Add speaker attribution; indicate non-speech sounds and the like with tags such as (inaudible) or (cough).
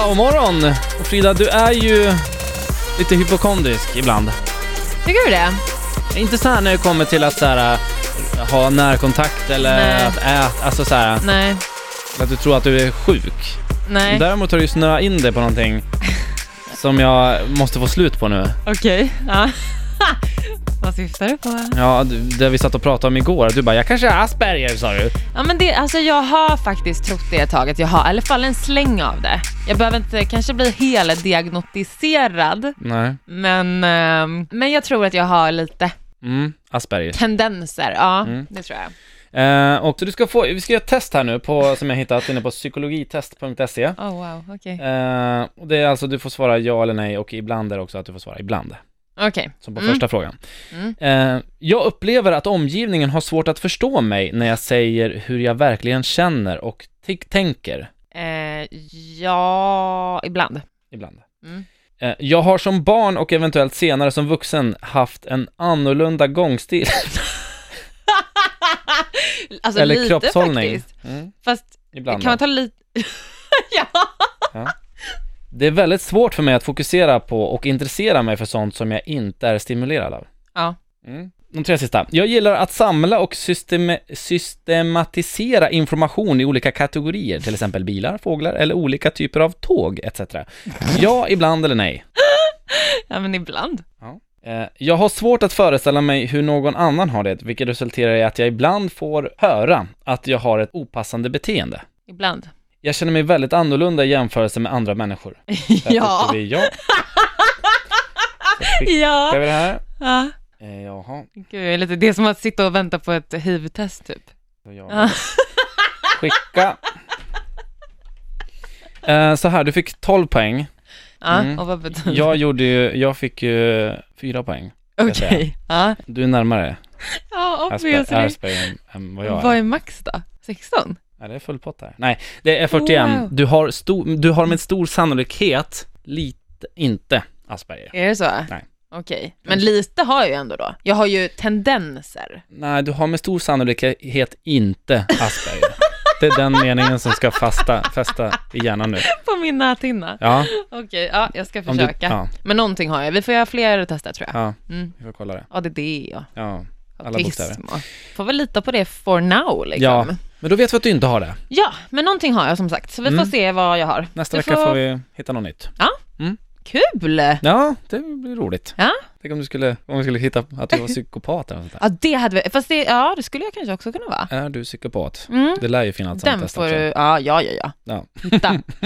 Speaker 1: Powermorgon! Och Frida, du är ju lite hypokondrisk ibland.
Speaker 2: Tycker du det?
Speaker 1: Inte så här när det kommer till att så här, äh, ha närkontakt eller
Speaker 2: Nej.
Speaker 1: att äta, alltså så här,
Speaker 2: Nej.
Speaker 1: att du tror att du är sjuk.
Speaker 2: Nej.
Speaker 1: Däremot har du ju snöat in dig på någonting som jag måste få slut på nu.
Speaker 2: Okej. Ja. (laughs) Vad syftar du på?
Speaker 1: Ja, du- det vi satt och pratade om igår, att du bara “jag kanske har Asperger” sa du.
Speaker 2: Ja, men det, alltså jag har faktiskt trott det ett tag att jag har, i alla fall en släng av det. Jag behöver inte kanske bli heldiagnostiserad,
Speaker 1: Nej.
Speaker 2: men, ehm, men jag tror att jag har lite
Speaker 1: Mm, Asperger.
Speaker 2: tendenser. Ja,
Speaker 1: Mm.
Speaker 2: det tror jag.
Speaker 1: Eh, och så du ska få, vi ska göra ett test här nu på, som jag hittat inne på psykologitest.se.
Speaker 2: Oh wow, okej.
Speaker 1: Eh, och det är alltså, du får svara ja eller nej och ibland är det också att du får svara ibland.
Speaker 2: Okej.
Speaker 1: Som på
Speaker 2: Mm.
Speaker 1: första frågan.
Speaker 2: Mm.
Speaker 1: Eh, jag upplever att omgivningen har svårt att förstå mig när jag säger hur jag verkligen känner och t- tänker
Speaker 2: Eh, ja, ibland. (laughs)
Speaker 1: ibland.
Speaker 2: Mm.
Speaker 1: Eh, jag har som barn och eventuellt senare som vuxen haft en annorlunda gångstil (laughs)
Speaker 2: alltså
Speaker 1: eller
Speaker 2: lite
Speaker 1: kroppshållning.
Speaker 2: faktiskt.
Speaker 1: Mm,
Speaker 2: Fast
Speaker 1: ibland.
Speaker 2: kan man ta lite... (laughs) ja.
Speaker 1: Det är väldigt svårt för mig att fokusera på och intressera mig för sånt som jag inte är stimulerad av.
Speaker 2: Ja.
Speaker 1: Mm. De tre sista. Jag gillar att samla och system systematisera information i olika kategorier, till exempel bilar, fåglar eller olika typer av tåg etc. Ja, ibland eller nej.
Speaker 2: ja, men ibland.
Speaker 1: Eh, Jag har svårt att föreställa mig hur någon annan har det, vilket resulterar i att jag ibland får höra att jag har ett opassande beteende.
Speaker 2: Ibland.
Speaker 1: Jag känner mig väldigt annorlunda i jämförelse med andra människor. Där
Speaker 2: (laughs) Ja.
Speaker 1: tycker vi ja. Ska
Speaker 2: Ja.
Speaker 1: vi det här?
Speaker 2: ja.
Speaker 1: Eh, Jaha.
Speaker 2: Gud, det är lite det är som att sitta och vänta på ett hiv-test typ.
Speaker 1: Då gör vi
Speaker 2: Ja.
Speaker 1: Skicka. Eh, Så här, du fick 12 poäng.
Speaker 2: Ja,
Speaker 1: Mm.
Speaker 2: och vad (laughs) betyder
Speaker 1: Jag gjorde ju, jag fick ju 4 poäng.
Speaker 2: det?
Speaker 1: jag säga.
Speaker 2: Okej. Ja,
Speaker 1: Du är närmare
Speaker 2: ja
Speaker 1: Asper-
Speaker 2: obviously.
Speaker 1: Asperger än- än vad jag
Speaker 2: Vad
Speaker 1: är.
Speaker 2: är max då? 16?
Speaker 1: Ja, det är full pott här. Nej, det är 41.
Speaker 2: Wow.
Speaker 1: Du, har stor, du har med stor sannolikhet lite, inte Asperger.
Speaker 2: Är det så?
Speaker 1: Nej.
Speaker 2: Okej, men lite har jag ju ändå då. Jag har ju tendenser.
Speaker 1: Nej, du har med stor sannolikhet inte
Speaker 2: (laughs)
Speaker 1: Asperger. Det är den meningen som ska fasta, fästa i hjärnan nu.
Speaker 2: (laughs) På min näthinna.
Speaker 1: Ja,
Speaker 2: Okej, ja, jag ska
Speaker 1: om du,
Speaker 2: försöka.
Speaker 1: ja,
Speaker 2: Men någonting har jag. Vi får göra fler tester tror jag.
Speaker 1: ja,
Speaker 2: Mm.
Speaker 1: vi får kolla det.
Speaker 2: ADD och
Speaker 1: Ja. Alla
Speaker 2: autism. Och. Får väl lita på det for now liksom.
Speaker 1: Ja.
Speaker 2: Ja.
Speaker 1: Men då vet vi att du inte har det.
Speaker 2: ja, men någonting har jag som sagt. Så vi
Speaker 1: Mm.
Speaker 2: får se vad jag har.
Speaker 1: Nästa
Speaker 2: Du
Speaker 1: vecka
Speaker 2: får-
Speaker 1: får vi hitta något nytt.
Speaker 2: Kul!
Speaker 1: Ja, det blir roligt.
Speaker 2: Ja.
Speaker 1: Tänk om du skulle, om vi skulle hitta att
Speaker 2: (laughs)
Speaker 1: du var psykopat eller något sånt
Speaker 2: Ja, det hade vi. Fast det, ja, det skulle jag kanske också kunna vara.
Speaker 1: där. Är du psykopat?
Speaker 2: Mm.
Speaker 1: Det lär ju finnas sånt
Speaker 2: Den
Speaker 1: test
Speaker 2: får
Speaker 1: också.
Speaker 2: du, ja, ja, ja, ja.
Speaker 1: Ja.
Speaker 2: Hitta.